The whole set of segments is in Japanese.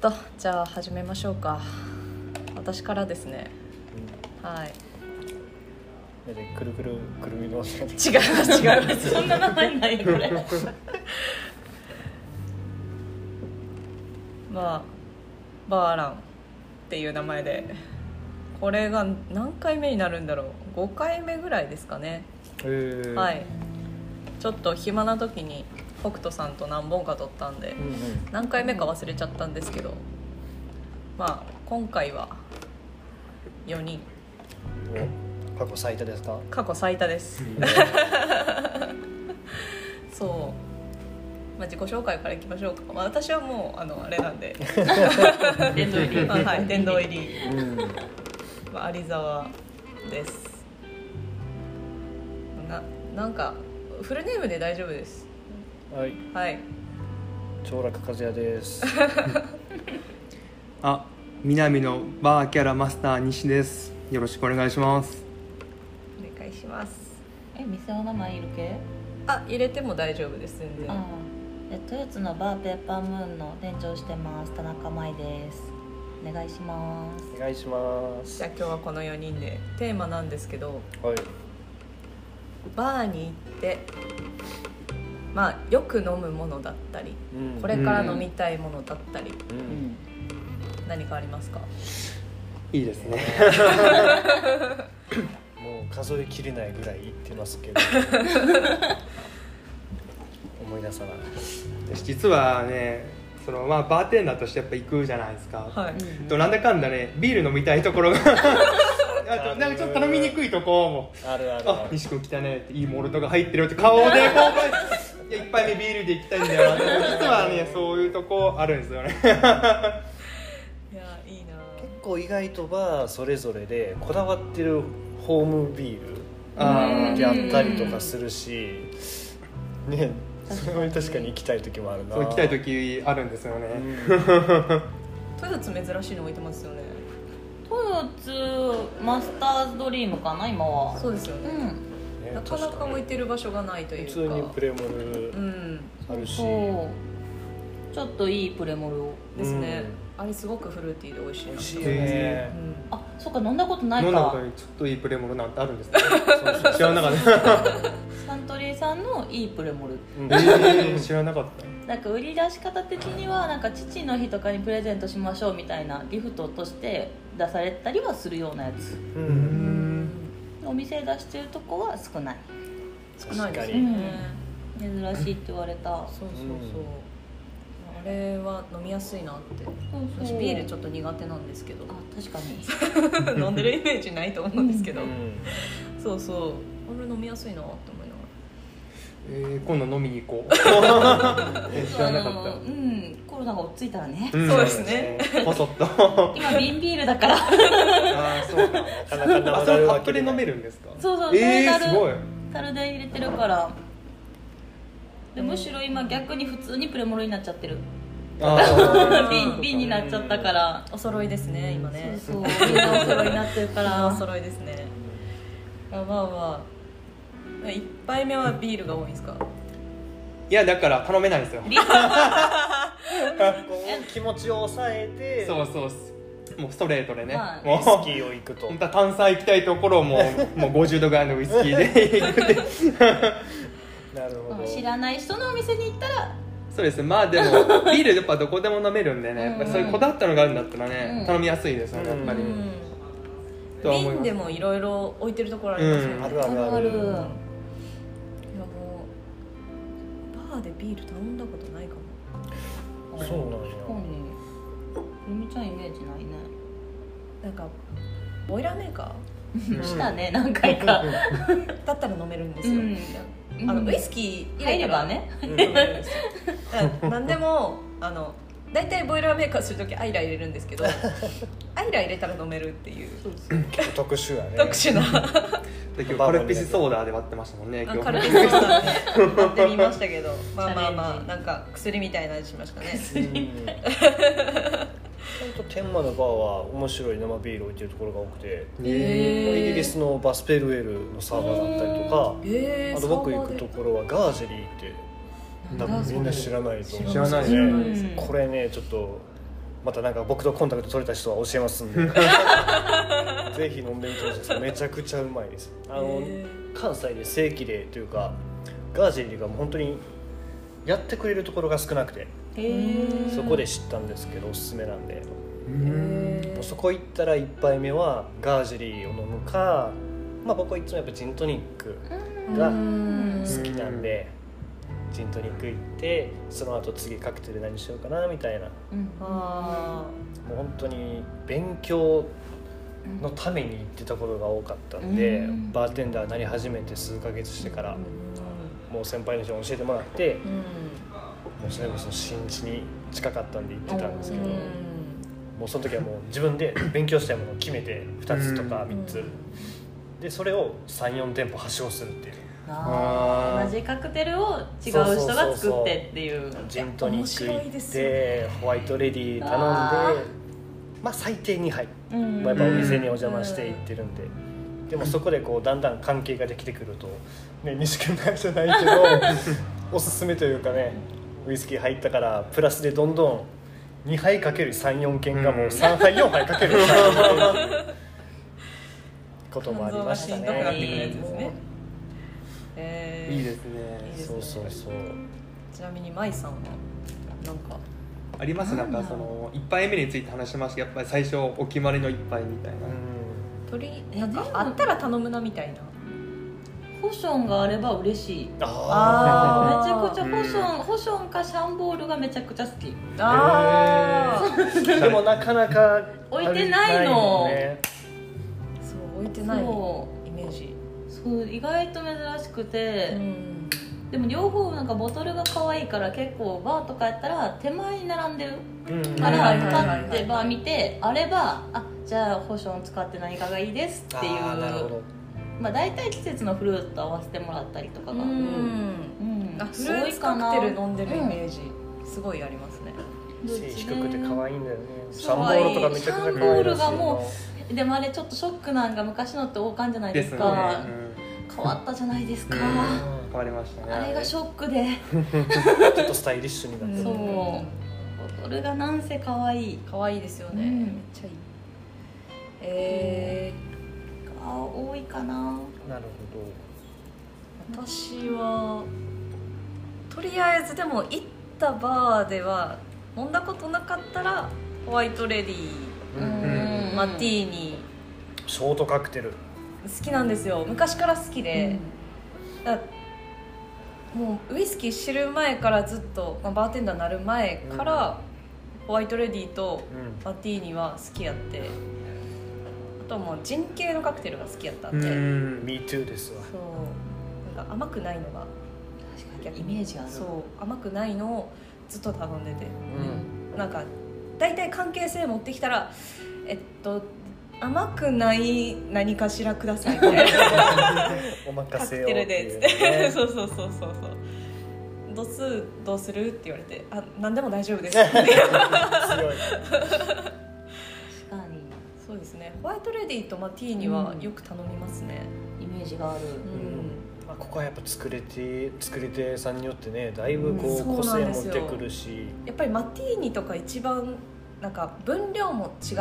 とじゃあ始めましょうか私からですねはいうん、でくるくるくるみの音が出てき違います違いますそんな名前ないよこれ まあバーランっていう名前でこれが何回目になるんだろう5回目ぐらいですかねたへーはいちょっと暇な時に北斗さんと何本か撮ったんでうんうん何回目か忘れちゃったんですけどまあ今回は4人お過去最多ですか過去最多ですそう、まあ、自己紹介からいきましょうか、まあ、私はもうあのあれなんで 殿堂入りあ はい殿堂入り、うんまあ、有沢ですななんかフルネームで大丈夫ですはいはい長楽和也ですあ、南のバーキャラマスター西です。よろしくお願いします。お願いしますえ店の名前いる系あ入れても大丈夫です全然あえ豊津のバーペーパームーンの店長してます田中舞ですお願いしますお願いしますじゃあ今日はこの4人でテーマなんですけどはいバーに行ってまあよく飲むものだったりうんこれから飲みたいものだったり、ううん何かありますかいいですね。 もう数えきれないぐらい言ってます けど思い出さない私実はね、そのまあバーテンダーとしてやっぱ行くじゃないですか。はい、となんだかんだね、ビール飲みたいところがあとなんかちょっと頼みにくいとこも。あるあるああ、る西君来たねっていいモルトが入ってるよって顔でこういや一杯目ビールで行きたいんだよなって。実はね、そういうとこあるんですよね。いやいいな結構意外とバーそれぞれでこだわってるホームビーあルーであったりとかするしねそれは確かに行きたい時もあるなそう行きたい時あるんですよね。うん豊津珍しいの置いてますよね豊津マスターズドリームかな今はそうですようね、んねなかなか置いてる場所がないという普か通にプレモルうんあるしそうちょっといいプレモルをですね、あれすごくフルーティーで美味しい美な味しいいよよねねうん、ああそっか飲んだことない飲んだことかにちょっといいプレモルなんてあるんですね。知らなかった。サントリーさんのいいプレモルえー、 知らなかったなんか売り出し方的にはなんか父の日とかにプレゼントしましょうみたいなギフトとして出されたりはするようなやつううんんお店で出してるとこは少ない少ないです確かね、に珍しいって言われたそうそうそう、あれは飲みやすいなって私ビビーールルちちょょっと苦手なんですけど あ確かに飲んでるイメージないと思うんですけど、うんそうそうあれ飲みやすいなって思いながえー、今度飲みに行こう知らなかあのっうんコロナが落ち着いたら ねそた、うですねポソッと今瓶ビールだからああそうかなかなかなあそれカップで飲めるんですかそうそうえー、タルタルすごい樽で入れてるからでむしろ今逆に普通にプレモルになっちゃってるあー瓶瓶になっちゃったからお揃いですね今ねそうそうみんなお揃いになってるかあーおら揃いですねあまあまあ一杯目はビールが多いんですか いやだから頼めないんですよリスこう気持ちを抑えてそうそうっすもうストレートでね、はいもウうイスキーを行くと本当は炭酸行きたいところをもうもう50度ぐらいのウイスキーで行くってなるほど知らない人のお店に行ったらそうですねまあでもビールやっぱどこでも飲めるんでねやっぱりそういうこだわったのがあるんだったらね、うん頼みやすいですよねやっぱうり、んとは思います瓶でもいろいろ置いてるところありますよね、うんあいやるあるあるあるあもうバーでビール頼んだことないかもそうなんや確かにゆみちゃんイメージないねなんかボイラーメーカうんしたね何回かーだったら飲めるんですよ、うんあのウイススキーキ入ー入れればばねね何でもあの大体ボイラーメーカーする時アイラ入れるんですけどアイラ入れたら飲めるっていう結構特殊やね特殊なで今日カルピスソーダで割ってましたもんね今日軽いそうだね買ってみましたけどまあまあまチャあレンジなんか薬みたいな味しましたねうん本当天満のバーは面白い生ビール置いてるところが多くてへーイギリスのバスペルウェルのサーバーだったりとかえあと僕行くところはガージェリーって多分みんな知らないと思うんです知らないよねねこれねちょっとまたなんか僕とコンタクト取れた人は教え ますんでぜひ飲んでみてほしいですめちゃくちゃうまいですあの、へ関西で正規例というかガージェリーがもう本当にやってくれるところが少なくてへえそこで知ったんですけどおすすめなんでうんもうそこ行ったら1杯目はガージェリーを飲むか、まあ、僕はいつもやっぱジントニックがうん好きなんで、ジントニック行ってその後次カクテル何しようかなみたいなもうんあう本当に勉強のために行ってたことが多かったんで、うんバーテンダーなり始めて数ヶ月してから、もう先輩の人に教えてもらっーて、うんもうそれこそ新地に近かったんで行ってたんですけど、うもんうその時はもう自分で勉強したいものを決めて2つとかうん3つ、でそれを34店舗発症するっていうああーー同じカクテルを違う人が作ってっていうジントニック行面白いでっすて、ホワイトレディー頼んであまあ最低2杯、うんまあ、やっぱお店にお邪魔して行ってるんで。でもそこでこうだんだん関係ができてくると、ね、西君なんじゃな いけどおすすめというかねウイスキー入ったからプラスでどんどん2杯かける34件がもう3杯4杯か けるみたいなこともありました肝臓がしんどくなってくるやつですねね。えーいいですねいいですそうそうそうちなみに舞さんはなんかありますなんかその一杯目について話してましたけどやっぱり最初お決まりの一杯みたいな、う鳥えなんかあったら頼むなみたいなフォションがあれば嬉しいめちんああーゃくちゃフォション、フォションかシャンボールがめちゃくちゃ好きあーーでもなかなか置いてないのないねそう置いてないそイメージうそう意外と珍しくうて、んでも両方なんかボトルが可愛いから結構バーとかやったら手前に並んでるうんかはらいはいはい買ってバー見てあればあじゃあフォション使って何かがいいですっていうあーなるほどまあ大体季節のフルーツと合わせてもらったりとかうが、んうんあフルーツカクテル飲んでるイメージすごいありますね背低くて可愛いんだよねシャそうンボールとかめちゃくちゃ可愛いシャンボールがもいでもあれちょっとショックなんか昔のって王冠じゃないでですすね、うかん、変わったじゃないですか、うん変わりましたねあれがショックでちょっとスタイリッシュになってるそううんボトルがなんせ可愛い可愛いですよね、うんめっちゃいいえが多いかななるほどー、私はとりあえずでも行ったバーでは飲んだことなかったらホワイトレディんーマティーニショートカクテル好きなんですよ昔から好きで、だもうウイスキー知る前からずっと、まあ、バーテンダーになる前から、ホワイトレディーとうマティーニは好きやってあとはもう人系のカクテルが好きやったうんで、んん Me too です わそうなんか甘くないのが確かにイメージあるそう甘くないのをずっと頼んでて、なんか大体関係性持ってきたらえっと甘くない何かしらくださいみたいなおカ任クせテをルでっつっってていうね そうそうそうそうそう度数どうするって言われて「あ何でも大丈夫 です」って強い確かにそうですねホワイトレディーとマティーニはよく頼みますねイメージがある、うん、まあここはやっぱ作れて作り手さんによってねだいぶこううんそ個う性なんでもすよ出てくるしやっぱりマティーニとか一番なんか分量も違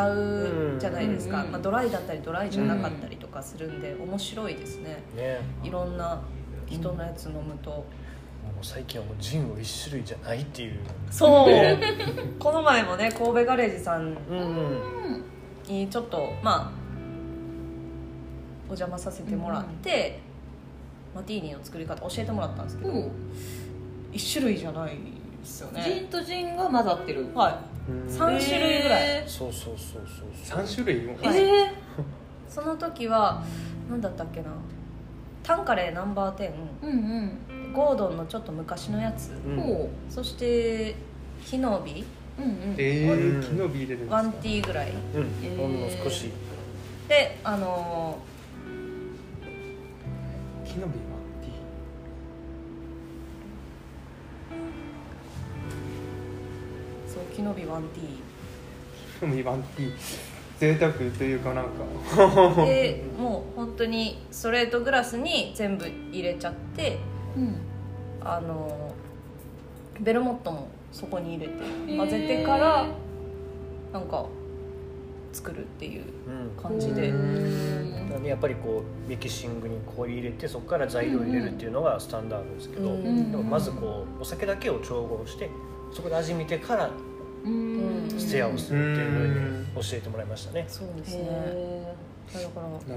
うじゃないですか、うんまあ、ドライだったりドライじゃなかったりとかするんで面白いですねねいろんな人のやつ飲むと、もう最近はもうジンを一種類じゃないっていうそうね この前もね神戸ガレージさんうんにちょっとまあお邪魔させてもらって、マティーニの作り方教えてもらったんですけど、うん一種類じゃないですよジンねとジンが混ざってるはいうん三種類ぐらいえそうそうそうそうそう三種類もーはいえその時は何だったっけなタンカレーナンバーテーうんンゴードンのちょっと昔のやつううんんほそして火の火ううんうんえうー、ん木のビールですワンティーぐらいうんほんの少しであの木のビールワンティーーそう火の火ワンティーでも今贅沢というかなんか でもう本当にストレートグラスに全部入れちゃってうんあのベルモットもそこに入れて混ぜてからなんか作るっていううん感じでうだんからねやっぱりこうミキシングに氷入れてそこから材料入れるっていうのがスタンダードですけど、うんうんでもまずこうお酒だけを調合してそこで味見てからうんうんステアをするっていううんふうに教えてもらいましたね。そうですねへだからなるほど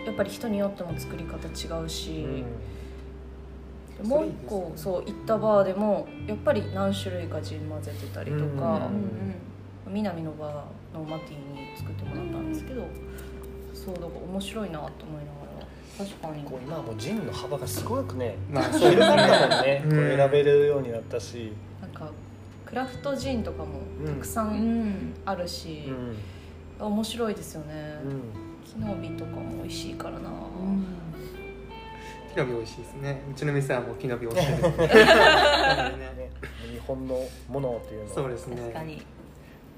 ねやっぱり人によっても作り方違うし、うんもう一個そそう行ったバーでもやっぱり何種類かジン混ぜてたりとーかう、ん南のバーのマティに作ってもらったんですけど、そうだから面白いなと思いながら確かにこう今はもうジンの幅がすごくねまあそう広でがすっねたもんね、うんこう選べるようになったし、なんかクラフトジンとかもたくさうんんあるうし、ん面白いですよね、うんキノビとかも美味しいからな、キノビ美味しいですねうちの店はもうキノビ美味しいですねね、日本のものっていうのそうはですね確かに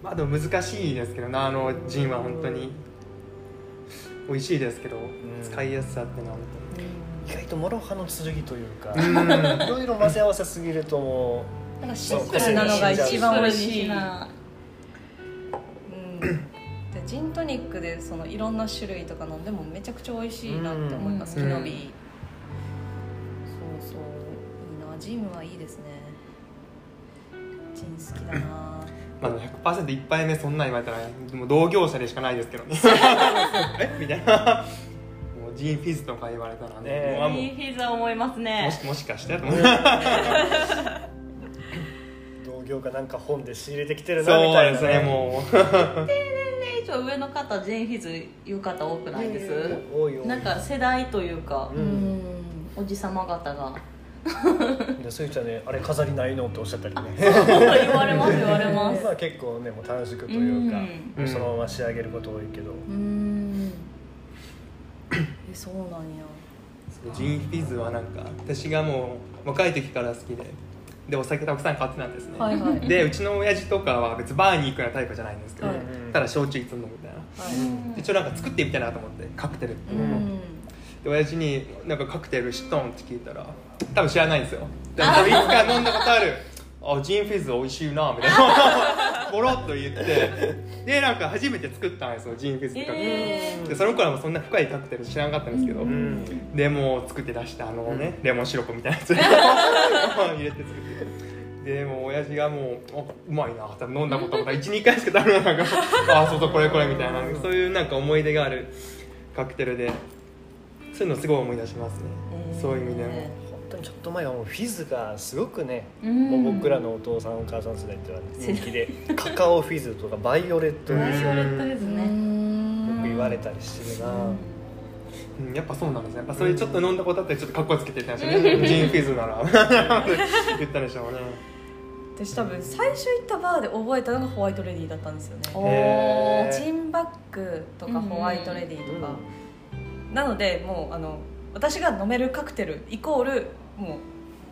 まあでも難しいですけどなあのジンは本当に美味しいですけど、ん使いやすさってのは意外ともろ刃の剣というか、ういんろいろ混ぜ合わせすぎるともなんかシンプルなのが一番美味しい、うん、なでジントニックでそのいろんな種類とか飲んでもめちゃくちゃ美味しいなって思います、うキんノビ、そうそういいなジンはいいですねジン好きだな まあ100%一杯目そんなん言われたらでも同業者でしかないですけ どねえみたいなもうジーンフィズとか言われたらねねもうあもいいフィザ思いまうすもねしもしかしてと思うう同業がなんか本で仕入れてきてるなみそうたいでなすねもうそれ以上上の方ジェンフィズいう方多くないです多いよなんか世代というかうんおじさま方がでスイちゃんねあれ飾りないのっておっしゃったりね言われます言われますまあ結構ねもう楽しくというか、うんそのまま仕上げること多いけど、うんえそうなんやジーンフィズはなんか私がもう若い時から好きででお酒たくさん買ってたんですね、はいはいはいでうちの親父とかは別にバーに行くようなタイプじゃないんですけど、はいただ焼酎いつもみたいなうん一応なんか作ってみたいなと思ってカクテルってういうのを、んで親父に「なんかカクテル知っとん?」って聞いたら多分知らないんですよでも多分いつか飲んだことある「あジンフィズ美味しいな」みたいなボロッと言ってでなんか初めて作ったんですよジンフィズってカクテル、えでその頃はもうそんな深いカクテル知らなかったんですけど、うんでもう作って出したあのね、レモンシロップみたいなや つ入れて作ってでもう親父がもうあうまいな多分飲んだことも12回しか食べないなんか ああそうそうこれこれみたいなそういうなんか思い出があるカクテルでそういうのすごい思い出しますね、へーそういう意味でも本当にちょっと前はもうフィズがすごくね、うんもう僕らのお父さんお母さん世代ってのは人気でカカオフィズとかバイオレットフィズようくんですうねん言われたりしてるな、うんやっぱそうなんですねやっぱそういうちょっと飲んだことあったらちょっとかっこつけて言 ったんでしょうねジンフィズな ら言ったでしょうね私多分最初行ったバーで覚えたのがホワイトレディーだったんですよねおへジンバッグとかホワイトレディーとか、なのでもうあの私が飲めるカクテルイコールも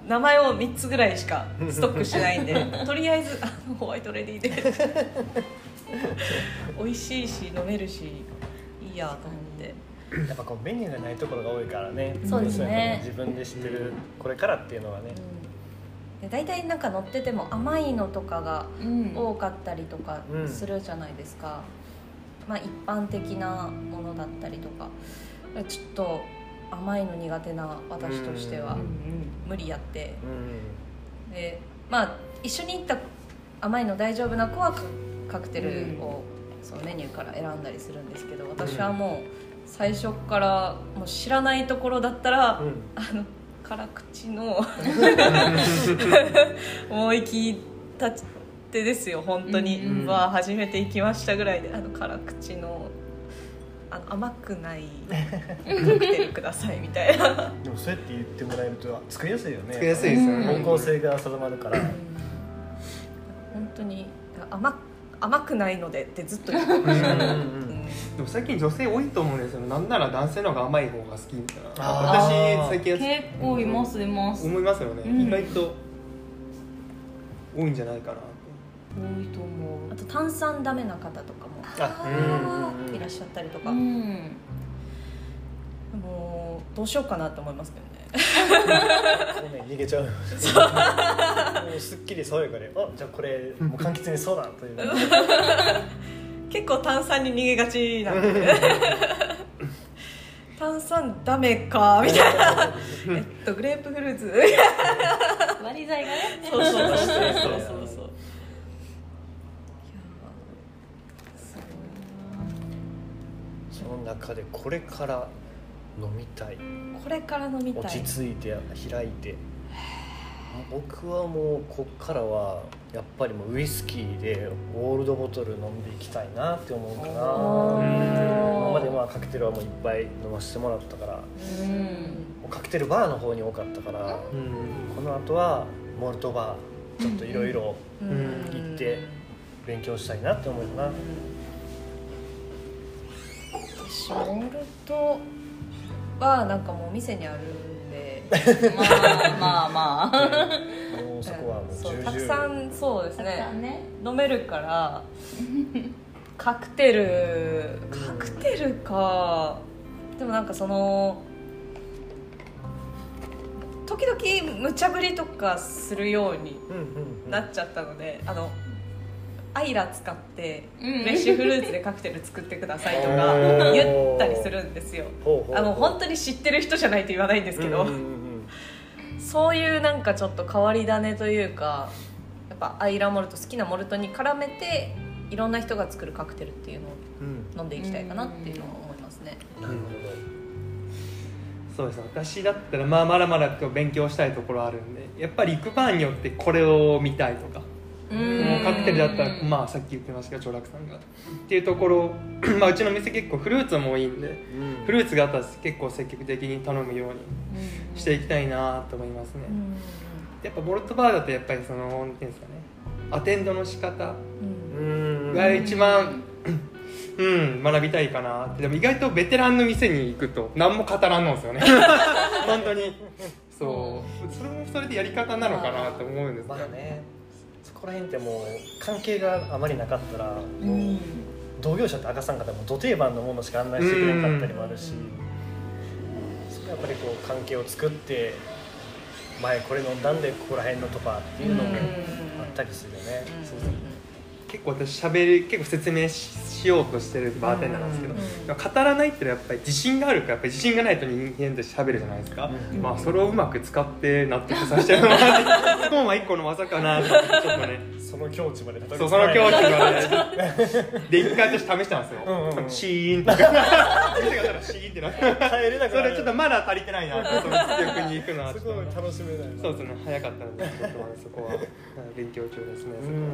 う名前を3つぐらいしかストックしてないんでとりあえずあのホワイトレディーで美味しいし飲めるしいいやと思ってやっぱこうメニューがないところが多いからねそうですね自分で知ってるこれからっていうのはね、で大体なんか乗ってても甘いのとかがうん多かったりとかうんするじゃないですか、まあ一般的なものだったりとかちょっと甘いの苦手な私としてはうん無理やってうんでまあ一緒に行った甘いの大丈夫な子はカカクテルをそのメニューから選んだりするんですけど私はもう最初からもう知らないところだったら、うんあの辛口の思い切ったってですよ本当に、うんうんわあ初めて行きましたぐらいであの辛口のあの甘くないカクテルくださいみたいなでもそうやって言ってもらえると作りやすいよね作りやすいですよね方向性が定まるから、本当に甘甘くないのでってずっと言ってまうしんた、ううんうんんでも最近女性多いと思うんですよなんなら男性の方が甘い方が好きみたいなあー私最近結構いますいます多思いますよね、うん意外と多いんじゃないかなっていと思あと炭酸ダメな方とかもあうんうんうんいらっしゃったりとか、ううんもどうしようかなって思いますけどねもうね逃げちゃうもうすっきり爽やかであじゃあこれもう柑橘にそうだという結構炭酸に逃げがちなんで 炭酸ダメかみたいなえっとグレープフルーツ割り剤がねそうそうそうそうそうそうそうそうそうその中でこれから飲みたいこれから飲み落たちい着いて開いて僕はもうこっからはやっぱりもうウイスキーでオールドボトル飲んでいきたいなって思うかおなー今までまあカクテルはもういっぱい飲ませてもらったからもうんうカクテルバーの方に多かったからうんこの後はモルトバーちょっといろいろうん行って勉強したいなって思うかな私モルトはなんかもうお店にあるんでまあまあまあもうそこはもうそ重う々たくさんそうですたくさんねね飲めるからカクテルカクテルかでもなんかその時々無茶ぶりとかするようにうんうんうんなっちゃったので、あのアイラ使ってうんフレッシュフルーツでカクテル作ってくださいとおかー言ったりするんですよほうほうあの本当に知ってる人じゃないと言わないんですけど、うんうんうんそういうなんかちょっと変わり種というかやっぱアイラモルト好きなモルトに絡めていろんな人が作るカクテルっていうのをうん飲んでいきたいかなっていうのは思いますねうんなるほどそうですね私だったらまあまだまだ勉強したいところあるんでやっぱり行くバーによってこれを見たいとかうもうカクテルだったら、うんまあ、さっき言ってましたが長楽さんがっていうところ、まあ、うちの店結構フルーツも多いんでフルーツがあったら結構積極的に頼むようにしていきたいなと思いますね、うんやっぱボルトバーだとやっぱりそのなんていうんですかねアテンドの仕方うんうんが一番うん学びたいかなってでも意外とベテランの店に行くと何も語らんので すよね本当にそうそれもそれでやり方なのかなと思うんですまけあどねそこら辺ってもう関係があまりなかったら、うん同業者って明かさん方もど定番のものしか案内してくれなかったりもあるし、そこはやっぱりこう関係を作って前これ飲んだんでここら辺のとかっていうのもうんあったりするよね、そうそう結構私喋り結構説明ししようとしてるバーテンダーなんですけど、うん語らないってのはやっぱり自信があるからやっぱり自信がないと人間として喋るじゃないですか、うんまあそれをうまく使って納得させても らってそこも一個の技かなと思ってちょっとねその境地までたどりそう着そかなのい境地が ねで一回私試したんですよ、うんうんうんシーンとか手が出たらシーンってなって帰れなく そなるれちょっとまだ足りてないなってその実力に行くのはちょすっとごい楽しめないなそうですね早かったのでちょっとまだそこは勉強中ですね、うん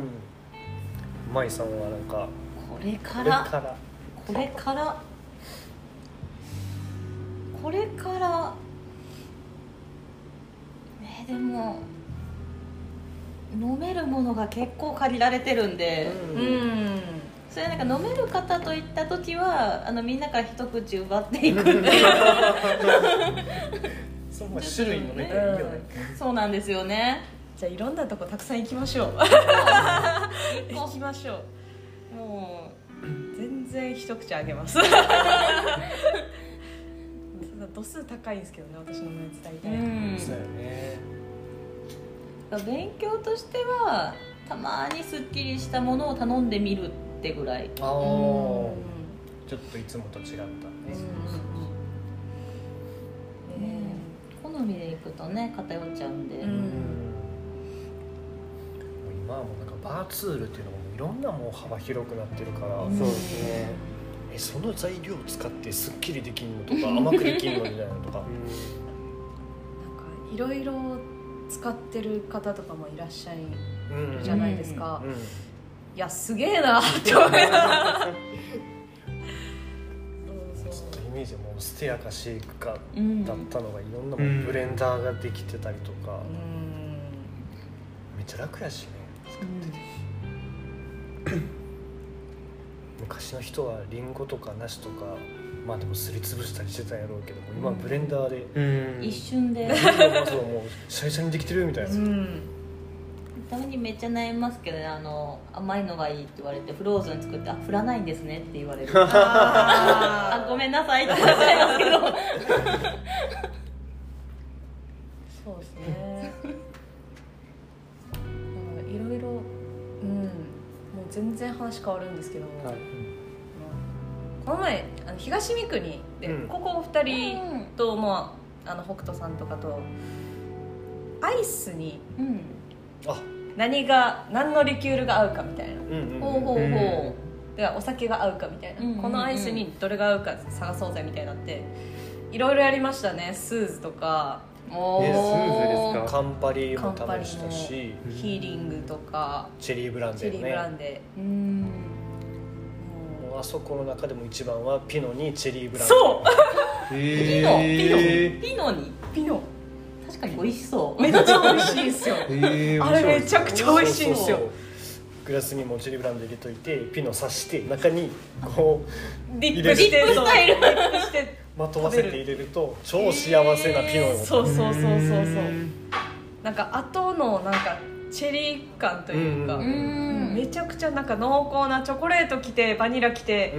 舞さんはなんかこれかこれらからこれからこれからえーでも飲めるものが結構借りられてるんで、うんうんそれなんか飲める方といった時はあのみんなから一口奪っていくんでそうまあ種類のね、うんいいよね そうなんですよねじゃあいろんなとこたくさん行きましょう行きましょもう全然一口あげますただ度数高いんですけどね私のやつ大う、体、うん、そうだよね勉強としてはたまにすっきりしたものを頼んでみるってぐらいあうんあちょっといつもと違ったねね好みでいくとね偏っちゃうんで、うんうんもう今はもうなんかバーツールっていうのがもういろんなもう幅広くなってるから、うんそうですね、えその材料を使ってすっきりできんのとか甘くできんのみたいなのとかなんかいろいろ使ってる方とかもいらっしゃいうんじゃないですか、うんいやすげえなって思いながら そうちょっとそイメージはもうステアかシェイクかうんだったのがいろんなもうブレンダーができてたりとうか、うんめっちゃ楽やしね昔の人はリンゴとか梨とかまあでもすりつぶしたりしてたんやろうけども今はブレンダーで、うん一瞬でそうもうシャリシャリにできてるみたいな、うんたまにめっちゃ悩みますけどねあの甘いのがいいって言われてフローズン作って「あ振らないんですね」って言われるああごめんなさいって言っちゃいますけど全然話変わるんですけども、はいこの前あの東三国で、うんここ2人と、まあ、あの北斗さんとかとアイスにうんあ何が何のリキュールが合うかみたいなうんうんほうほうほう、うんではお酒が合うかみたいな、うんうんうんこのアイスにどれが合うか探そうぜみたいになっていろいろやりましたねスーズとかおえスーズですかカンパリも試したしうんヒーリングとか、チェリーブランチデェーリのーブラねンデうんー、ももうあそこの中でも一番はピノにチェリーブうランデーそうピノ、えピノピノにピノ確かに美味しそうめっちゃ美味しいんです よー、えー、あれめちゃちくちゃ美味しいんですよそうそうそうグラスにもチェリーブランデー入れといてピノ刺して中にこディップして入れるそうデ ィップしてうまとわせて入れると超幸せなピノよ、そうそうそうそうそうなんか後のなんかチェリー感というか、うんうんめちゃくちゃなんか濃厚なチョコレートきてバニラきて、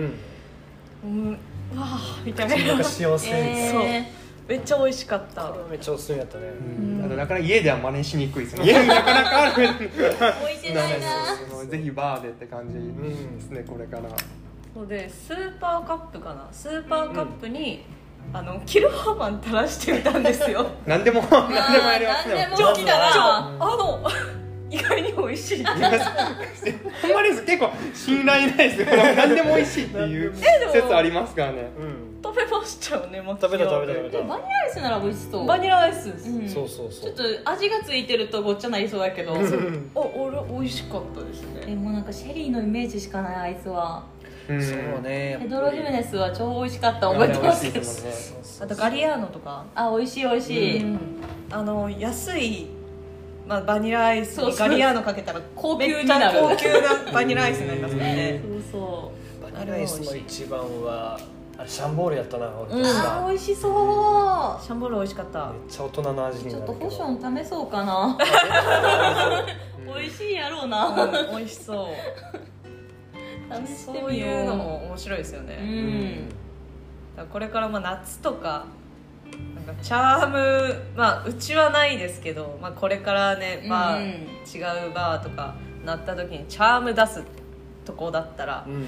ううん、ん、わあみたいなんなか幸せ、えーめっちゃ美味しかったこれめっちゃおすすめだったね、うんあとだから家では真似しにくいです ね家になかなかある置いてないなそうそうぜひバーでって感じですね、これからそうでスーパーカップかなスーパーカップに、あのキルハーマン垂らしてみたんですよ何でも、何でもやりますね何でも来たらあの意外に美味しいいますほんまです結構信頼ないですよ何でも美味しいっていう説ありますからねうん、食べましたよねマキオ食べた食べた食べでもバニラアイスなら美味しそうバニラアイスです、うんそうそうそちょうっと味がついてるとごっちゃなりそうだけど う んあ俺美味しかったですでねもなんかシェリーのイメージしかないアイスはうんそうねペドロ・ヒメネスは超美味しかったあ覚えれて美ま味すしいけでどすもんねあとガリアーノとか、あ美味しい美味しい、あの安い、まあ、バニラアイスにガリアーノかけたら高め級っにちゃなる高級なバニラアイスになりますもんねそうそバニラアイスの一番はあれシャンボールやったな俺うんう確あかー美味しそシャンボール美味しかっためっちゃ大人の味うにちなょるっけとどフォション試そうかな美味しいやろうなうん美味しそう試しそてうみよういうのも面白いですようね、んだからこれからまあ夏とかなんかチャームまあうちはないですけど、まあ、これからねバー、うん違うバーとかなった時にチャーム出すとこだったらうん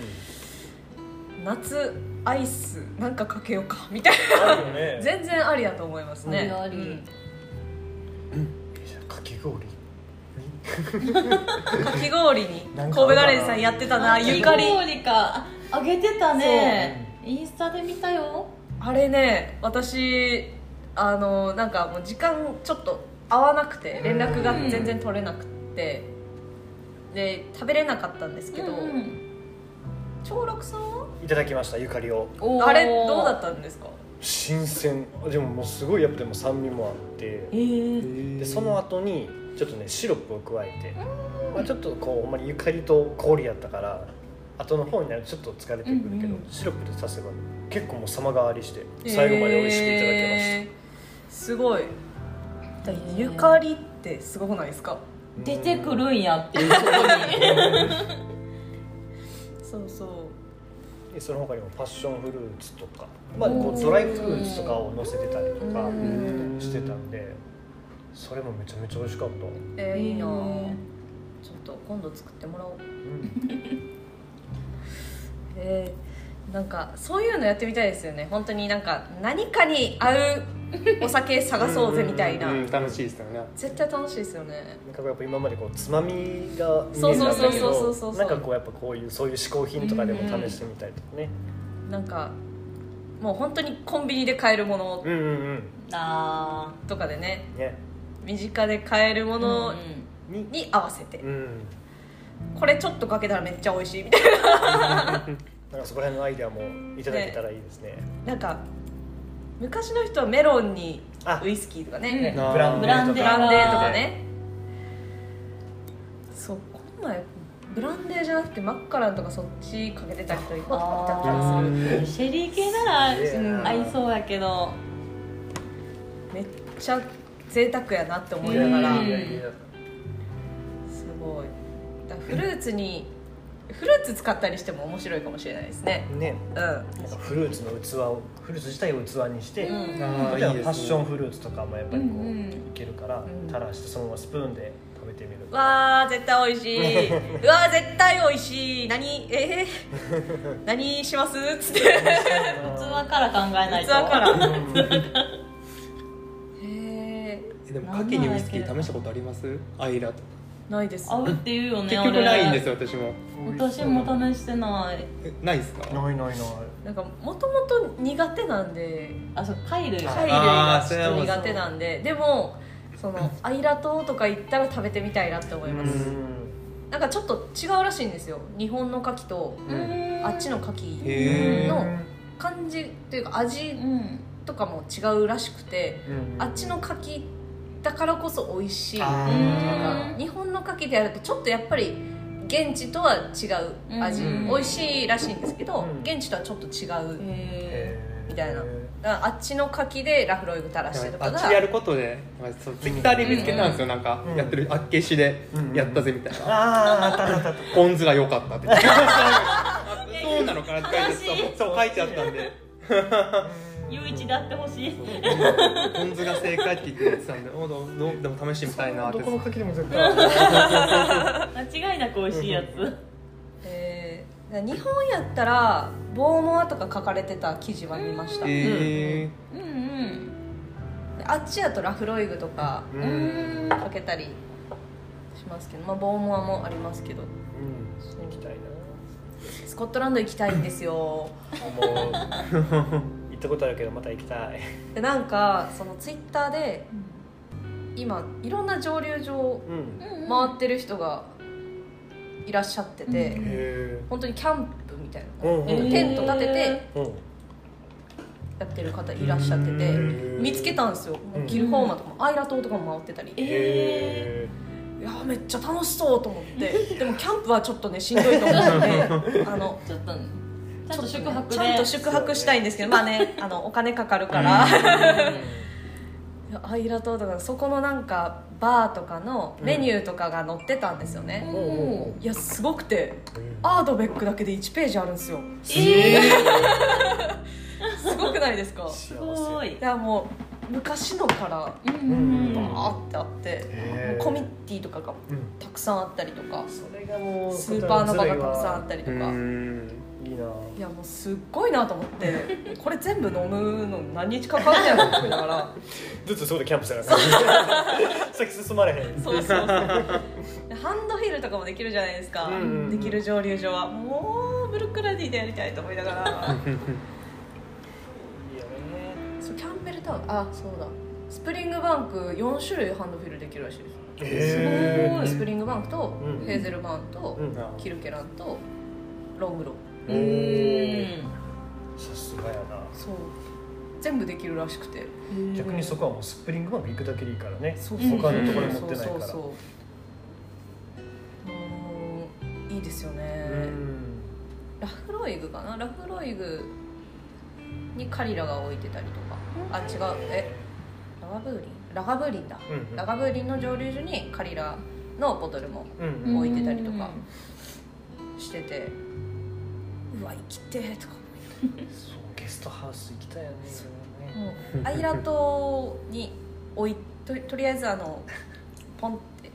夏アイスなんかかけようか みたいあるよねな全然ありだと思いますねありありうんかき氷かき氷になん神か戸あるかなガレージさんやってたなあゆかりかき氷かああげてたねインスタで見たよあれね私あのなんかもう時間ちょっと合わなくて連絡が全然取れなくてで食べれなかったんですけどうん長六さんはいただきましたゆかりをおーあれどうだったんですか新鮮でももうすごいやっぱでも酸味もあってえー、でその後にちょっとねシロップを加えて、まあ、ちょっとこうほんまにゆかりと氷やったから後の方になるとちょっと疲れてくるけど、うんうシロップで刺せば結構もう様変わりして最後まで美味しくいただけました、えーすごいだゆかりってすごくないですか出てくるうんんやっていうとこにそうそうでその他にもパッションフルーツとか、まあ、こおうードライフルーツとかを乗せてたりとかうんしてたんでそれもめちゃめちゃ美味しかった、えー、いいなうぁんちょっと今度作ってもらおううんえーなんかそういうのやってみたいですよね本当になんか何かに合うお酒探そうぜみたいなうん、楽しいですよね絶対楽しいですよねなんかやっぱ今までこうつまみが見そうそえうたんだそうけそうそうそうどなんかこうやっぱこういうそういう嗜好品とかでも試してみたりとかねなんかもう本当にコンビニで買えるものうんうんうんあとかでねね身近で買えるもーのにに合わせてうんこれちょっとかけたらめっちゃ美味しいみたいななんかそこら辺のアイデアもいただけたらいいですねなんか昔の人はメロンにあウイスキーとかうんねあーブランデーとかブブランデーとかあねそうこんなんブランデーじゃなくてマッカランとかそっちかけてた人いた気があするーシェリー系ならすげえなうん合いそうやけどめっちゃ贅沢やなって思いいながらうんやいやいやすごいだからフルーツにフルーツ使ったりしても面白いかもしれないですねねうんなんかフルーツの器をフルーツ自体を器にしてう例えんあばーパいいですねッションフルーツとかもやっぱりこうんうんういけるからうん垂らしてそのままスプーンで食めてみるわー絶対美味し いうわー絶対美味しい何えー、何しますつって器から考えない器とからうんへええでも牡蠣にウイスキー試したことありますアイラとないです合うって言うよね結局ないんですすよ私も私も試してないえないですかないないないなんかもともと苦手なんであそう貝類貝類がちょっと苦手なんででもそのアイラ島とか行ったら食べてみたいなって思います、なんかちょっと違うらしいんですよ日本の牡蠣とうんあっちの牡へ蠣えの感じというか味うんとかも違うらしくてあっちの牡蠣だからこそ美味しいとあかー日本の牡蠣でやるとちょっとやっぱり現地とは違う味、うん美味しいらしいんですけど、うん現地とはちょっと違う、へみたいなだからあっちの牡蠣でラフロイグ垂らしてとあかっがちでやることでツイッターで見つけたんですよ、なんか、うんやってるあっけしでうんやったぜみたいな、ああたたたポン酢が良か ったってあそうなのかなって書いてあったそう書いてあったんでゆういちであってほしいポン酢が正解って言ってやってたん でおどどうでも試してみたいなってどこの牡蠣でも絶対間違いなく美味しいやつえーだから日本やったら「ボーモア」とか書かれてた記事は見ました、えうんうんであっちやとラフロイグとかううんん書けたりしますけど、まあ、ボーモアもありますけど行きたいスコットランド行きたいんですよなもう行ったことあるけどまた行きたいでなんかそのツイッターで今いろんな蒸留所をうん回ってる人がいらっしゃってて、うへえ本当にキャンプみたいな、うんうんへーテント立ててうんやってる方いらっしゃっててうん見つけたんですよ、うんギルフォーマとかもアイラ島とかも回ってたり、えへいやーめっちゃ楽しそうと思ってでもキャンプはちょっとねしんどいと思うの であのちょっとちゃんと宿泊でちゃんと宿泊したいんですけどまあねあのお金かかるから、アイラ島とかそこのなんかバーとかのメニューとかが載ってたんですよね、おいやすごくてーアードベックだけで1ページあるんですよえすごくないですか幸せすごいいやもう昔のからうんうんバーってあってへーコミュニティとかがうんたくさんあったりとかそれがもうスーパーの場がたくさんあんったりとうかんいいないやもうすっごいなと思 ってこれ全部飲むの何日かかるんやろって思いながらずっとそこでキャンプして るから先進まれへんそうそうそうでハンドヒルとかもできるじゃないですか、うんうんうんできる蒸留所はもうブルックラディでやりたいと思いながらいいよねそうキャンベルタウンあそうだスプリングバンク4種類ハンドヒルできるらしいですへースプリングバンクとうんヘーゼルバーンとうんキルケランとロングロうんへさすがやなそう全部できるらしくてー逆にそこはもうスプリングバンク行くだけでいいからねそうそう他のところに持ってないからそうそうそううーんいいですよねうんラフロイグかなラフロイグにカリラが置いてたりとかあ違うえラガブーリンラガブーリンだ、うんうんラガブーリンの蒸留所にカリラのボトルもうんうん置いてたりとかしててうわ生きてーとかそうゲストハウス行きたいよねもうアイラ島に置いととりあえずあのポンって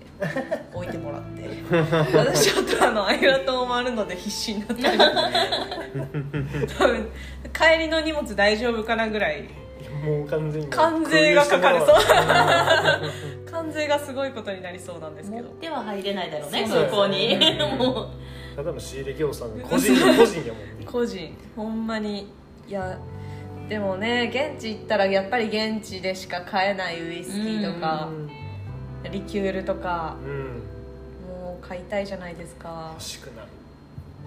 置いてもらって私ちょっとあのアイラ島を回るので必死になったり多分帰りの荷物大丈夫かなぐらいもう完全に関税がかかる空輸しても関税がすごいことになりそうなんですけ持っどては入れないだろうねそう空そ港うにうん もらうただの仕入れ業者の個人個人やも んね個人ほんまにいやでもね現地行ったらやっぱり現地でしか買えないウイスキーとかリキュールとかうんもう買いたいじゃないですか欲しくなる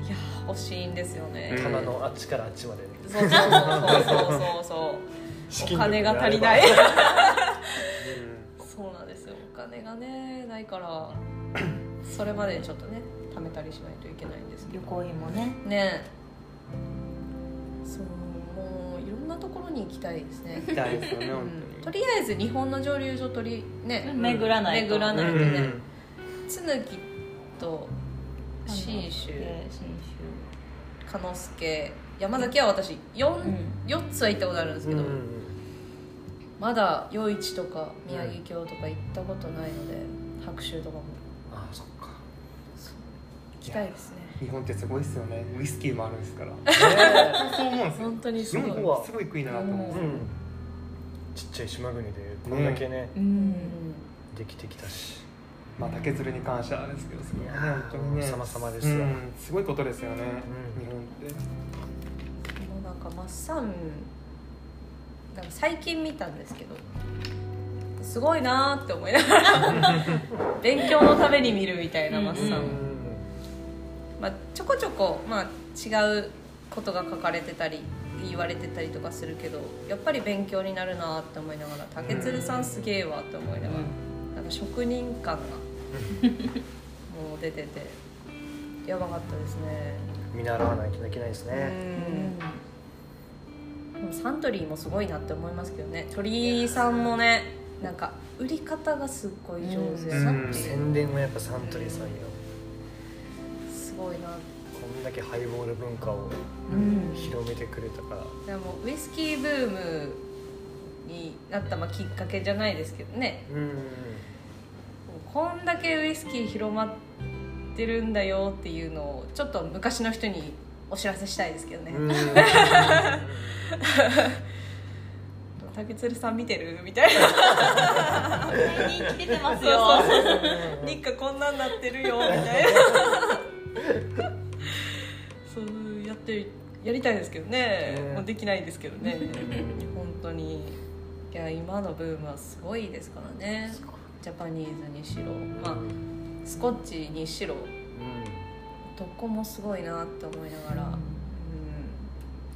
いや欲しいんですよね、うん棚のあっちからあっちまでそうそうそうそうそうそうそうお金が足りない そうなんですよお金がねないから それまでにちょっとね貯めたりしないといけないんですけ旅ど行費もねねえそうもういろんなところに行きたいですね、みたいですよねう本ん、と当にりあえず日本の蒸留所取りね巡らないと巡らないとうねんつぬきと信州で信鹿之助山崎は私 4,、うん四つは行ったことあるんですけど、うんまだ余市とか宮城京とか行ったことないので、白州とかもあそっか行きたいですね日本ってすごいですよねウイスキーもあるんですからそう思うんですよ本当にす日ごいうん本はすごい国だなと思う うんですよん、ちっちゃい島国でこんだけね、うんできてきたしまあ竹鶴に感謝ですけどすごいね本当にね様々ですようんすごいことですよね、うん日本ってもうなんかマッサンなんか最近見たんですけどすごいなーって思いながら 勉強のために見るみたいなマッサンを、うんまあ、ちょこちょこ、まあ、違うことが書かれてたり言われてたりとかするけどやっぱり勉強になるなーって思いながら竹鶴さんすげえわって思いながら、なんか職人感 がもう出ててやばかったですね見習わないといけないですね、うんでもサントリーもすごいなって思いますけどね鳥居さんもねなんか売り方がすっごい上手やなうんっていう宣伝はやっぱサントリーさんよすごいなこんだけハイボール文化をうん広めてくれたからでもウイスキーブームになったまあきっかけじゃないですけどねうんこんだけウイスキー広まってるんだよっていうのをちょっと昔の人にお知らせしたいですけどね、うん竹鶴さん見てるみたいな大人気出てますよそう日課こんなんなってるよみたいなそうやってやりたいですけどね、ねもうできないですけどね本当にいや今のブームはすごいですからねジャパニーズにしろまあスコッチにしろどこもすごいなって思いながら、うん、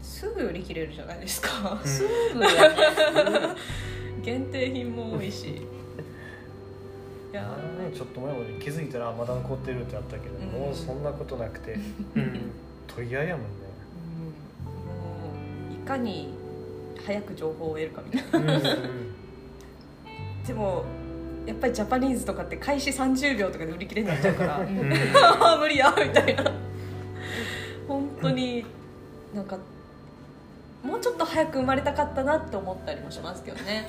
すぐ売り切れるじゃないですかうんすぐやね 限定品も多いしいやあーのねちょっと前まで気づいたらあまだ残ってるってあったけど、うんもうそんなことなく てうん取り合いやもんねうんもういかに早く情報を得るかみたいなでもやっぱりジャパニーズとかって開始30秒とかで売り切れになっちゃうからうんあー無理やみたいな本当になんかもうちょっと早く生まれたかったなって思ったりもしますけどね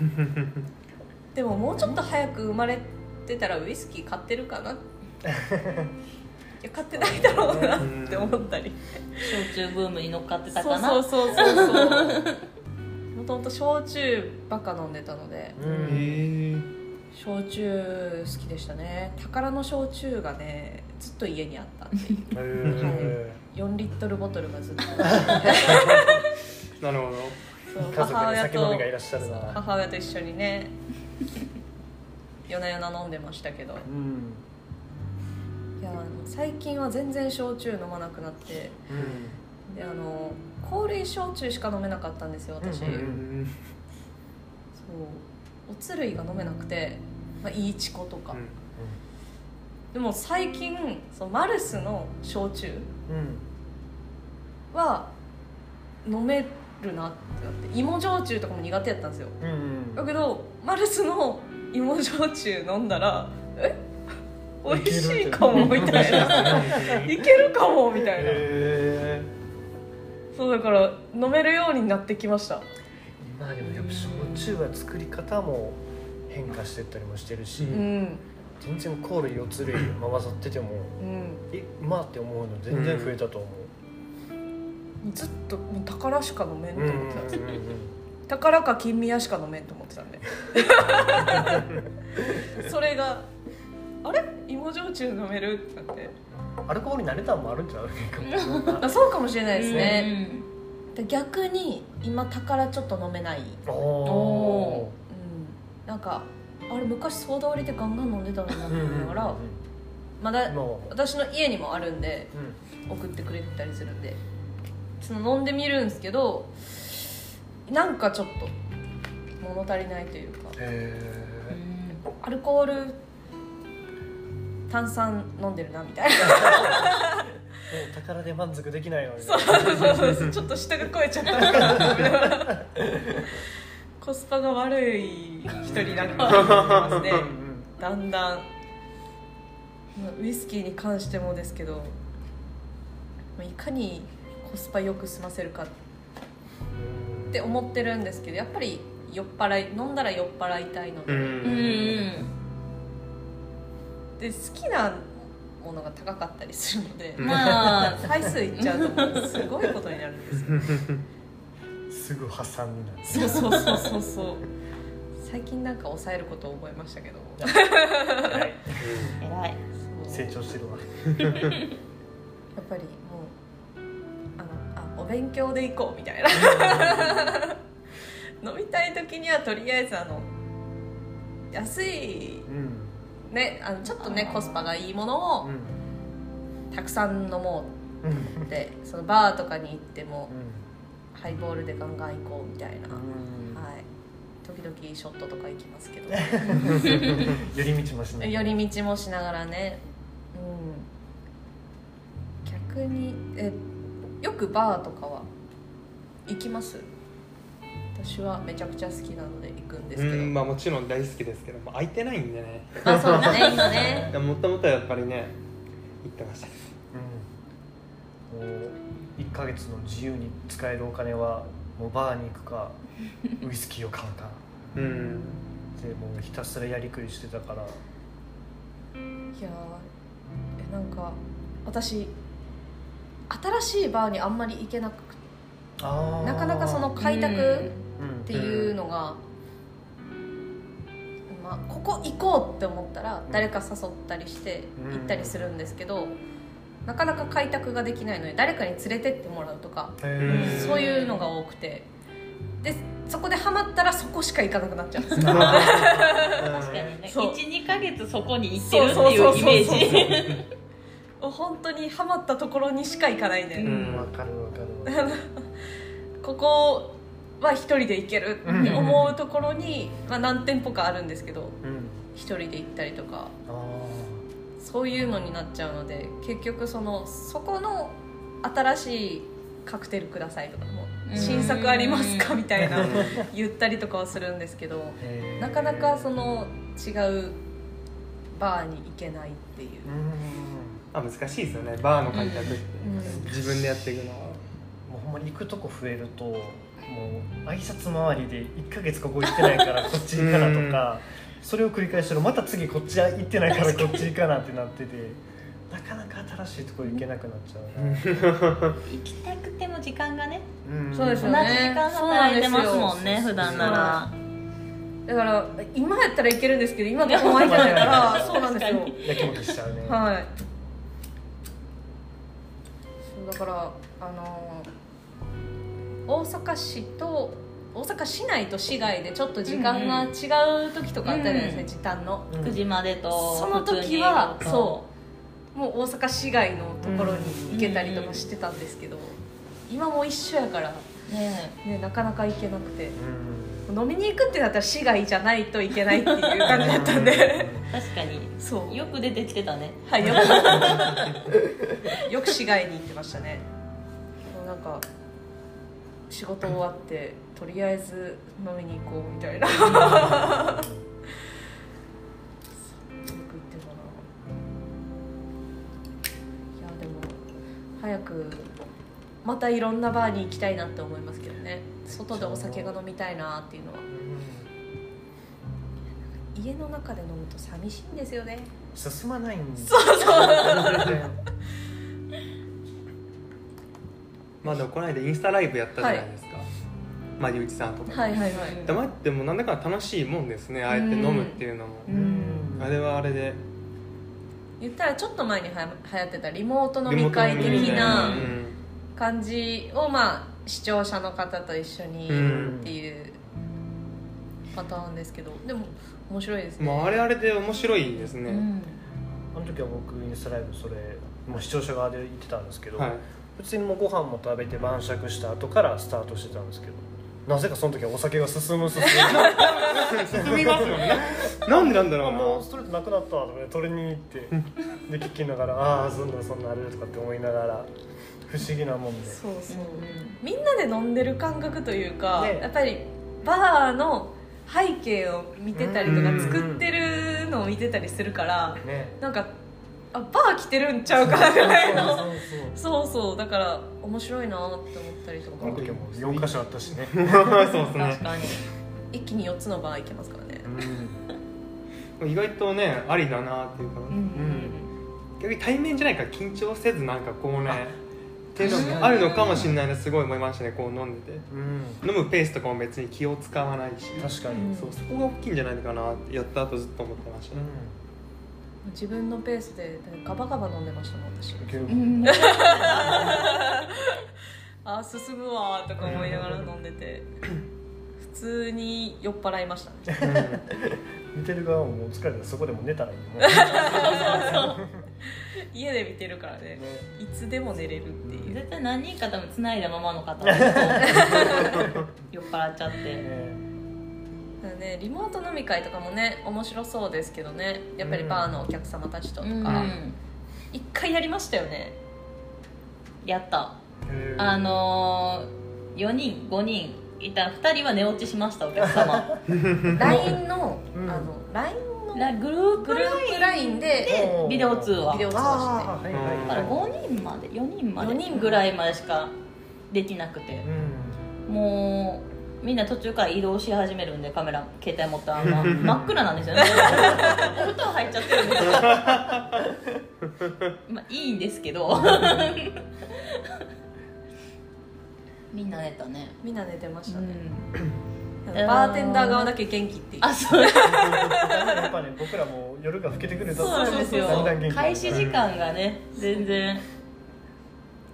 うんでももうちょっと早く生まれてたらウイスキー買ってるかないや買ってないだろうなって思ったり焼酎ブームに乗っかってたそうかなそうそうそうそうもともと焼酎ばっか飲んでたのでうんうんへえ焼酎好きでしたね宝の焼酎がねずっと家にあったんでえ4リットルボトルがずっ となるほどそうー家族に酒飲みがいらっしゃるな母親と一緒にね夜な夜な飲んでましたけどうんいやあの最近は全然焼酎飲まなくなってであの香類焼酎しか飲めなかったんですよ私、うんうんうんそうおつ類が飲めなくて、まあ、いいチコとか、でも最近そのマルスの焼酎うんは飲めるなってなって芋焼酎とかも苦手やったんですようんだけどマルスの芋焼酎飲んだらえ美味しいかもみたいないけるかもみたいな、へーそうだから飲めるようになってきましたまあでもやっぱ焼酎は作り方も変化してったりもしてるし、うん全然香類四つ類混ざっててもうんえうまって思うの全然増えたと思う、ずっともう宝しか飲めんとうんうん思ってたんですうんうん宝か金宮しか飲めんと思ってたん でそれがあれ芋焼酎飲めるってなってアルコールに慣れたのもあるんじゃないかあそうかもしれないですね、うんで逆に今宝ちょっと飲めない、うん、な。おなんかあれ昔ソーダ割りでガンガン飲んでたのになって思いながらまだ今は私の家にもあるんで送ってくれたりするんでその飲んでみるんですけどなんかちょっと物足りないというかへアルコール炭酸飲んでるなみたい なえ。もう宝で満足できないのに。そうそうそうそうちょっと下が超えちゃったなコスパが悪い人になってますねうんだんだんまあウイスキーに関してもですけどまあいかにコスパよく済ませるかって思ってるんですけどやっぱり酔っ払い飲んだら酔っ払いたいのうで,、うんうんんで好きなものが高かったりするので、うんまあ回数いっちゃうとすごいことになるんですよすぐ破産になるそうそうそうそうそう最近なんか抑えることを覚えましたけどはい偉いそう成長してるわやっぱりもうあのあお勉強で行こうみたいな飲みたい時にはとりあえずあの安いうんねあのちょっとねコスパがいいものをうんたくさん飲もうんうんうってそのバーとかに行ってもハイボールでガンガン行こうみたいな、はい時々ショットとか行きますけど寄り道もしない寄り道もしながらねうん逆にえよくバーとかは行きます私はめちゃくちゃ好きなので行くんですうけど、んまあもちろん大好きですけど、まあ、空いてないんでねまあそうだね今ねもともとはやっぱりね行ってましたうんもう1ヶ月の自由に使えるお金はもうバーに行くかウイスキーを買うかうんでもうひたすらやりくりしてたからいやーえなんか私新しいバーにあんまり行けなくてあーなかなかその開拓うんっていうのが、まあ、ここ行こうって思ったら誰か誘ったりしてうん行ったりするんですけど、なかなか開拓ができないので誰かに連れてってもらうとか、へーそういうのが多くてでそこでハマったらそこしか行かなくなっちゃうんですよ確かにねそう12か月そこに行ってるっていうイメージもう本当にハマったところにしか行かないんで、ううんわかるわかるわかるここは一人で行けるって思うところに、まあ、何店舗かあるんですけどうん一人で行ったりとかあーそういうのになっちゃうので結局そのそこの新しいカクテルくださいとかもうん新作ありますかみたいな言ったりとかはするんですけどへーなかなかその違うバーに行けないっていううんまあ難しいですよねバーの開拓って、うん自分でやっていくのはもうほんまに行くとこ増えるともう挨拶回りで1ヶ月ここ行ってないからこっち行かなとかそれを繰り返してるまた次こっち行ってないからこっち行かなってなっててなかなか新しいとこ行けなくなっちゃうな 行きたくても時間がねんそうです同よじ時ね間働いてますもんねそう普なんですよ段ならだから今やったらいけるんですけど今どこも空いてないか らそうなんですよ確かにやきもきしちゃうね、はいそうだからあのー大阪市と大阪市内と市外でちょっと時間が違う時とかあったじゃないですか、うん時短の、うん9時までとその時は普通にそうもう大阪市外のところに行けたりとかしてたんですけど、今も一緒やから、ねね、なかなか行けなくてうん飲みに行くってなったら市外じゃないといけないっていう感じだったんで確かにそうよく出てきてたねはい、よく よく市街に行ってましたねもうなんか仕事終わってとりあえず飲みに行こうみたいなよく行ってたないやでも早くまたいろんなバーに行きたいなって思いますけどね外でお酒が飲みたいなっていうのは家の中で飲むと寂しいんですよね進まないんそうそうまあでもこの間インスタライブやったじゃないですか、まあゆうちさんとか、はいはいはい黙ってもなんだかんだ楽しいもんですねああやって飲むっていうのも、うんあれはあれで言ったらちょっと前にはや流行ってたリモート飲み会リモート飲み的会なみたい感じをまあ視聴者の方と一緒にうんっていうパターンですけどでも面白いですうんね、まああれあれで面白いですうね、んあの時は僕インスタライブそれもう視聴者側で言ってたんですけど、はい普通にもうご飯も食べて晩酌した後からスタートしてたんですけどなぜかその時はお酒が進む進む進みますよねな なんでなんだろあうなもうストレートなくなったとかね取りに行ってで聞きながらああそんなそんなあれとかって思いながら不思議なもんでそうそう、うんみんなで飲んでる感覚というか、ねやっぱりバーの背景を見てたりとうかん作ってるのを見てたりするからねなんかあバー来てるんちゃうかなぐらいのそうそそううそうだから面白いなって思ったりとそうあかの時も4箇所あったしねそうです確ねかに一気に4つのバーいけますからねうん意外とねありだなっていうか、うん逆に対面じゃないから緊張せずなんかこうねっていうのもあるのかもしれないなすごい思いましたねこう飲んでてうん飲むペースとかも別に気を使わないし確かうにんそうそこが大きいんじゃないのかなってやった後ずっと思ってましたね、自分のペースでガバガバ飲んでましたもん 私いけるうんあー進むわーとか思いながら飲んでて普通に酔っ払いました ね見てる側ももう疲れたらそこでも寝たらいいもん家で見てるからねいつでも寝れるっていう絶対何人か多分繋いだままの方 酔っ払っちゃってねだからねリモート飲み会とかもね面白そうですけどねやっぱりバーのお客様たちととうんか一回やりましたよねやったへーあのー、4人5人いた2人は寝落ちしましたお客 様 LINE のうんあの LINE らグルのーグプループ LINE でうんビデオ通話ビデオ通話あーはいはいだからはい5人まで4人まで4人ぐらいまでしかできなくてうんもうみんな途中から移動し始めるんでカメラ携帯持ったまま真っ暗なんですよねお布団入っちゃってるんですよ まあいいんですけど みんな寝たねみんな寝てましたうねんなんかバーテンダー側だけ元気っていう あそうやっぱね僕らも夜が更けてくるとそうなんですよだんだん元気になる開始時間がね全然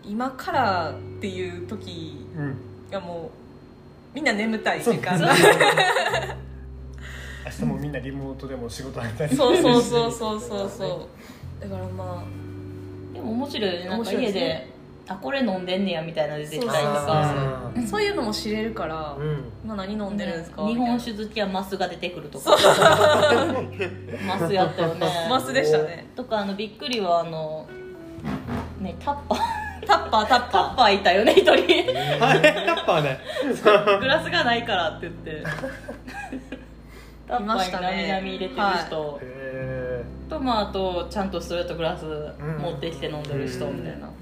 今からっていう時うんがもうみんな眠たい時間そうだ明日もみんなリモートでも仕事入ったりそう そうそうそうそうそうだからまあでも面白いよねなん面か白いで家すでねあこれ飲んでんねやみたいなの出てきたりとかあそういうのも知れるからーうん今何飲んでるんですか日本酒好きはマスが出てくるとか マスやったよねマスでしたねとかあのびっくりはあのねタッパ ータッパータッパータッパーいたよね一人はいタッパーねグラスがないからって言ってタッいパまーしにたなみねなみ入れてる人、へとまああとちゃんとストレートグラス持ってきて飲んでる人うんみたいな、も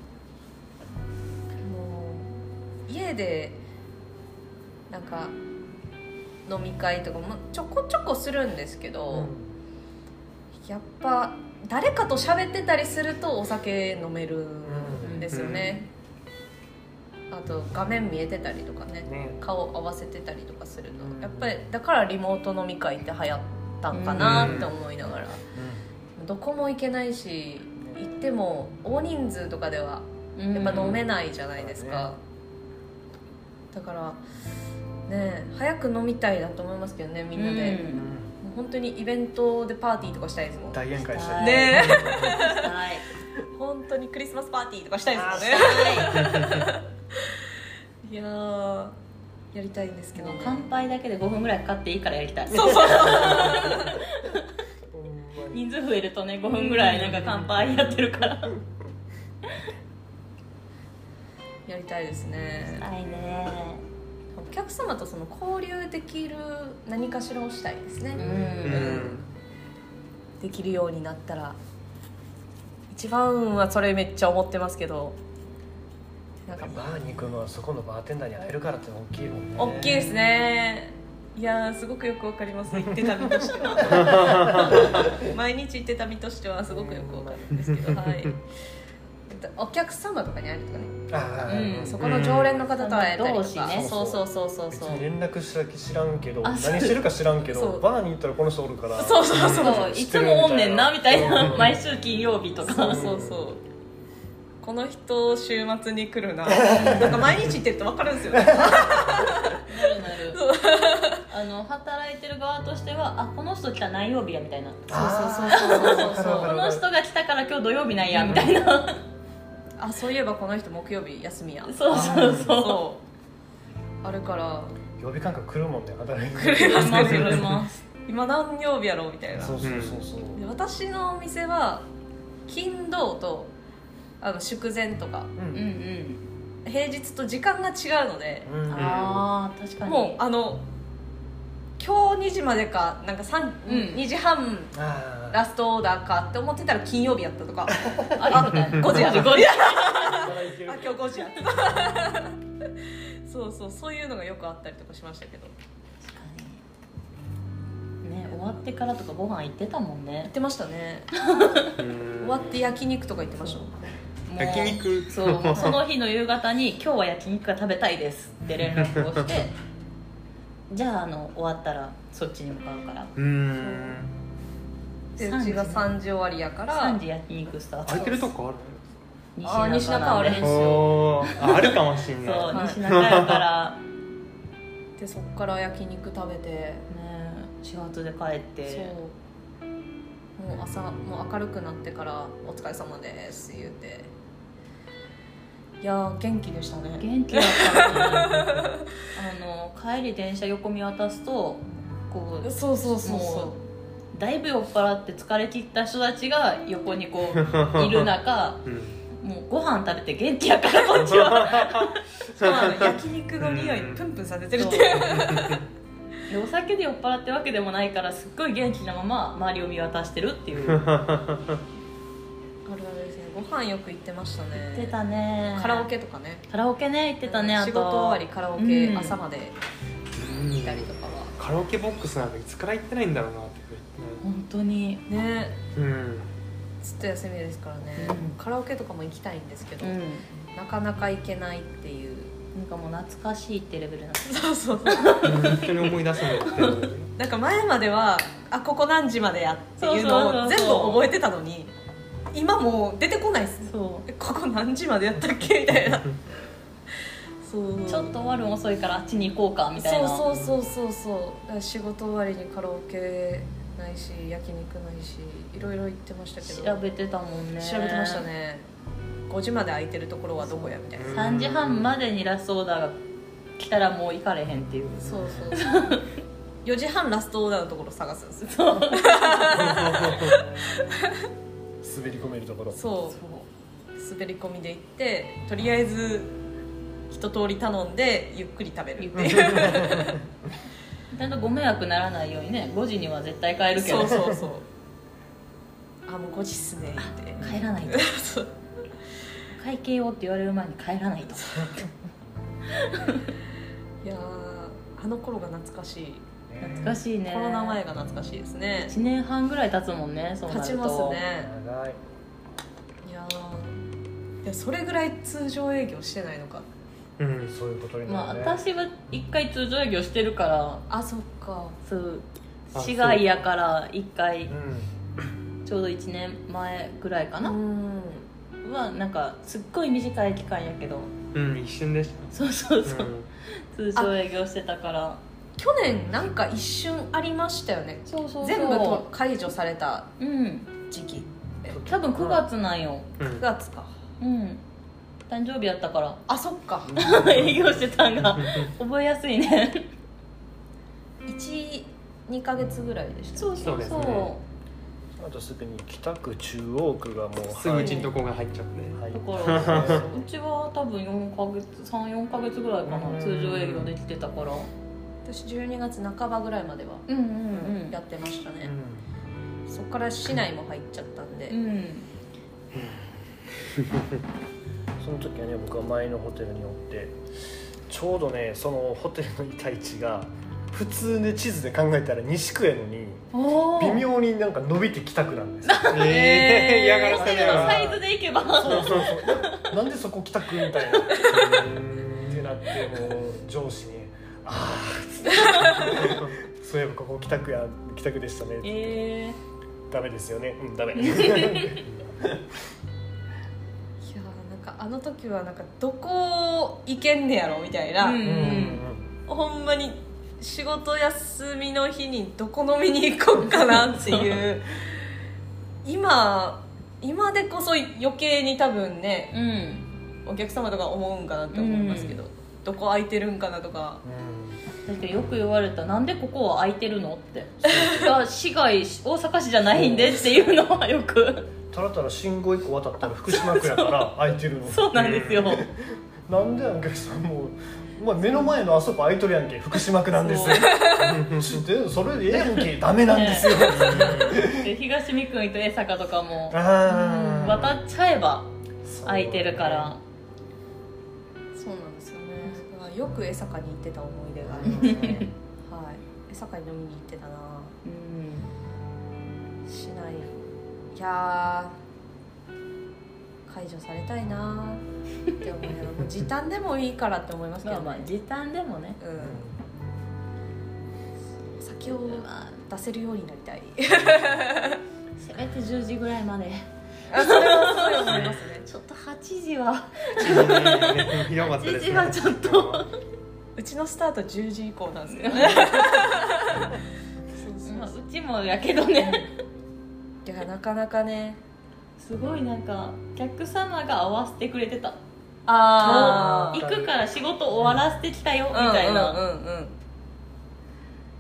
う家でなんか飲み会とかもちょこちょこするんですけーど、やっぱ誰かと喋ってたりするとお酒飲めるんですよね、あと画面見えてたりとかねね顔合わせてたりとかすると、うんやっぱりだからリモート飲み会って流行ったんかなって思いながら、どこも行けないし行っても大人数とかではやっぱ飲めいないじゃないですか、だからね早く飲みたいだと思いますけどねみんなで、もうんう本当にイベントでパーティーとかしたいですもんね大宴会しはたいりえはい本当にクリスマスパーティーとかしたいですもんねいやーやりたいんですけどもうね乾杯だけで5分ぐらいかかっていいからやりたいそうそう そうほんまに人数増えるとね5分ぐらいなんか乾杯やってるからやりたいですねいねお客様とその交流できる何かしらをしたいですね、うんうんできるようになったら一番はそれめっちゃ思ってますけどなんかバーに行くのはそこのバーテンダーに会えるからってのは大きいもんね大きいですねいやーすごくよくわかります行ってた身としては 毎日行ってた身としてはすごくよくわかるんですけど、はい、お客様とかに会えるとかね、あーうんそこの常連の方と会えたりと同士か、ねそうそうそうそう別そうに連絡したき知らんけどあ何そうしてるか知らんけそどうバーに行ったらこの人おるからそうそうそうそういつもおんねんなみたいな毎週金曜日とそうかそうそうこの人週末に来る ななんか毎日行ってると分かるんですよねなるなるあの働いてる側としてはあこの人来た何曜日やみたいなあそうそうそうーそうそうわこかるのわか人が来たから今日土曜日なんやみたいなあそういえばこの人木曜日休みや そうそう そそうあるからる予備感覚来るもんね働いて来うるま車す車ます今何曜日やろうみたいなそうそうそうそうで私のお店は金土とあの祝前とかううんん平日と時間が違うので、ううんんああ確かにもうあの今日2時までかなんか3、うん2時半あラストオーダーかって思ってたら金曜日やったと かあれみたいな5時や5時あ今日5時やったそうそうそういうのがよくあったりとかしましたけどね終わってからとかご飯行ってたもん言ねってましたね終終わって焼肉とか言ってましたもんもう焼肉そうもうその日の夕方に「今日は焼肉が食べたいです」って連絡をして じゃああの終わったらそっちに向かうからうーんでうちが3 3時終わりやから3時焼肉スタート空いてるとこあるあー西中あるんねですよおーああるかもしんないそうはい西中やからでそっから焼肉食べてね始発で帰ってそうもう朝もう明るくなってから「お疲れ様です」言うていやー元気でしたね元気だったのに あの帰り電車横見渡すとこうそうそうそうもそうだいぶ酔っ払って疲れ切った人たちが横にこういる中うんもうご飯食べて元気やからこっ ちはうそうあの焼肉の匂いプンプンさせてるっていうでお酒で酔っ払ってわけでもないからすっごい元気なまま周りを見渡してるっていうあるあるですねご飯よく行ってましたね出たねカラオケとかねカラオケね行ってたねあと仕事終わりカラオケ、うん朝まで行ったりとかはカラオケボックスなんかいつから行ってないんだろうなって本当にねうんずっと休みですからね、うんカラオケとかも行きたいんですけうど、んなかなか行けないっていうなんかもう懐かしいってレベルなそうそう本当に思い出すのってなんか前まではあここ何時までやっていうのをそうそうそう全部そう覚えてたのに今もう出てこないっすそうえここ何時までやったっけみたいなそうちょっと終わるの遅いからあっちに行こうかみたいなそうそうそうそうそうだから仕事終わりにカラオケないし焼肉ないしいろいろ行ってましたけど調べてたもんね調べてましたね5時まで空いてるところはどこやみたいなうん3時半までにラストオーダーが来たらもう行かれへんっていうそうそうそう 4時半ラストオーダーのところ探すんですよ滑り込めるところそそう滑り込みで行ってとりあえず一通り頼んでゆっくり食べるっていううちゃんとご迷惑ならないようにね5時には絶対帰るけそどうそうそうあもう5時っすね って帰らないと会計をって言われる前に帰らないといやーあの頃が懐かしい懐かしいねコロナ前が懐かしいですね1年半ぐらい経つもんねそうなる立とちますね長いいやーいやそれぐらい通常営業してないのかうんそういうことにまあなるね、私は1回通常営業してるからあそっかそうあ市外やから1回うちょうど1年前ぐらいかうな、んはなんかすっごい短い期間やけどうん一瞬でしそうそうそたう、通常営業してたから去年なんか一瞬ありましたよねそうそうそう全部と解除されたうん時期多分9月なんようん9月かうん誕生日やった からあそっか営業してたん が覚えやすいね12ヶ月ぐらいでしたそうそうですねんあとすでに北区中央区がもうすぐうちんとこが入っちゃってはいところはうちは多分4ヶ月34ヶ月ぐらいかうなん通常営業できてたから私12月半ばぐらいまではうんうんうんやってましたうね、んそっから市内も入っちゃったんで、うんいその時はね僕は前のホテルにおってちょうどねそのホテルのいた位置が普通で地図で考えたら西区やのにお微妙になんか伸びて北区なんですよええ嫌がホらせテだルのよサイズでいけばそうそうそうななんでそこ北区みたいなってなってもう上司に「ああ」 そういえばここ北区や北区でしたね」 ええダメですよねうんダ メいやーなんかあの時はなんかどこ行けんねやろみたいな、うんうんほんまに仕事休みの日にどこ飲みに行こうかなっていう 今今でこそ余計に多分ねうんお客様とか思うんかなって思いますけど、どこ空いてるんかなとかうん確かによく言われたなんでここは空いてるのっていや市外大阪市じゃないんでっていうのはよくたらたら信号一個渡ったら福島区やから空いてるのそうなんですよなんでやんお客さんもうお前目の前のあそこ空いとるやんけ福島区なんですよ知ってるそれでええやんけダメなん ですよ、で東三国と江坂とかもあー渡っちゃえばそう空いてるからそうなんですよねよく江坂に行ってた思い出がありう ますんはい、江酒井飲みに行ってたなうんしないいやー解除されたいなーって思いながらもう時短でもいいからって思いますけまどあね、まあ時短でもねうん、酒をまあ出せるようになりたいせめて10時ぐらいまであそれはすごい思いますねちょっと8時はひどかったです一ね番ちょっと うちのスタート10時以降なんですけどそうそまあうそうちもやけどねういやなかなかねすごいなんかお客様が合わせてくれてたあ行くから仕事終わらせてきたよみたいな、うんうんうん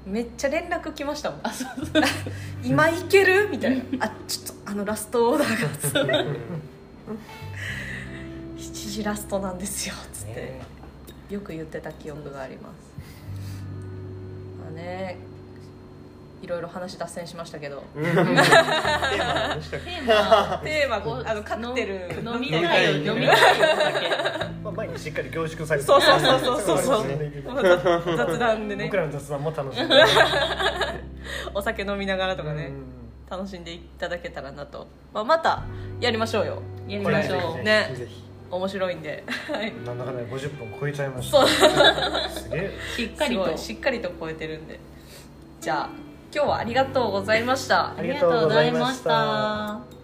うん、めっちゃ連絡来ましたもんあそうそう 今行けるみたいなあちょっとあのラストオーダーが7時ラストなんですよつって、ねよく言ってた記憶がありますまあねいろいろ話脱線しましたけどテーマテーマあのカクテル 飲みたいよ飲飲みみたたいよだまあ、前にしっかり凝縮されてそうそうそうそうそうそうですね雑談でね僕らの雑談も楽しいお酒飲みながらとかね、楽しんでいただけたらなと、まあ、またやりましょうよけやりましょううんねぜひ面白いんではいなんだかんだで50分超えちゃいましそたうすげえしっかすりごといしっかりと超えてるんでじゃあ今日はありがとうございましたありがとうございましたありがとうございました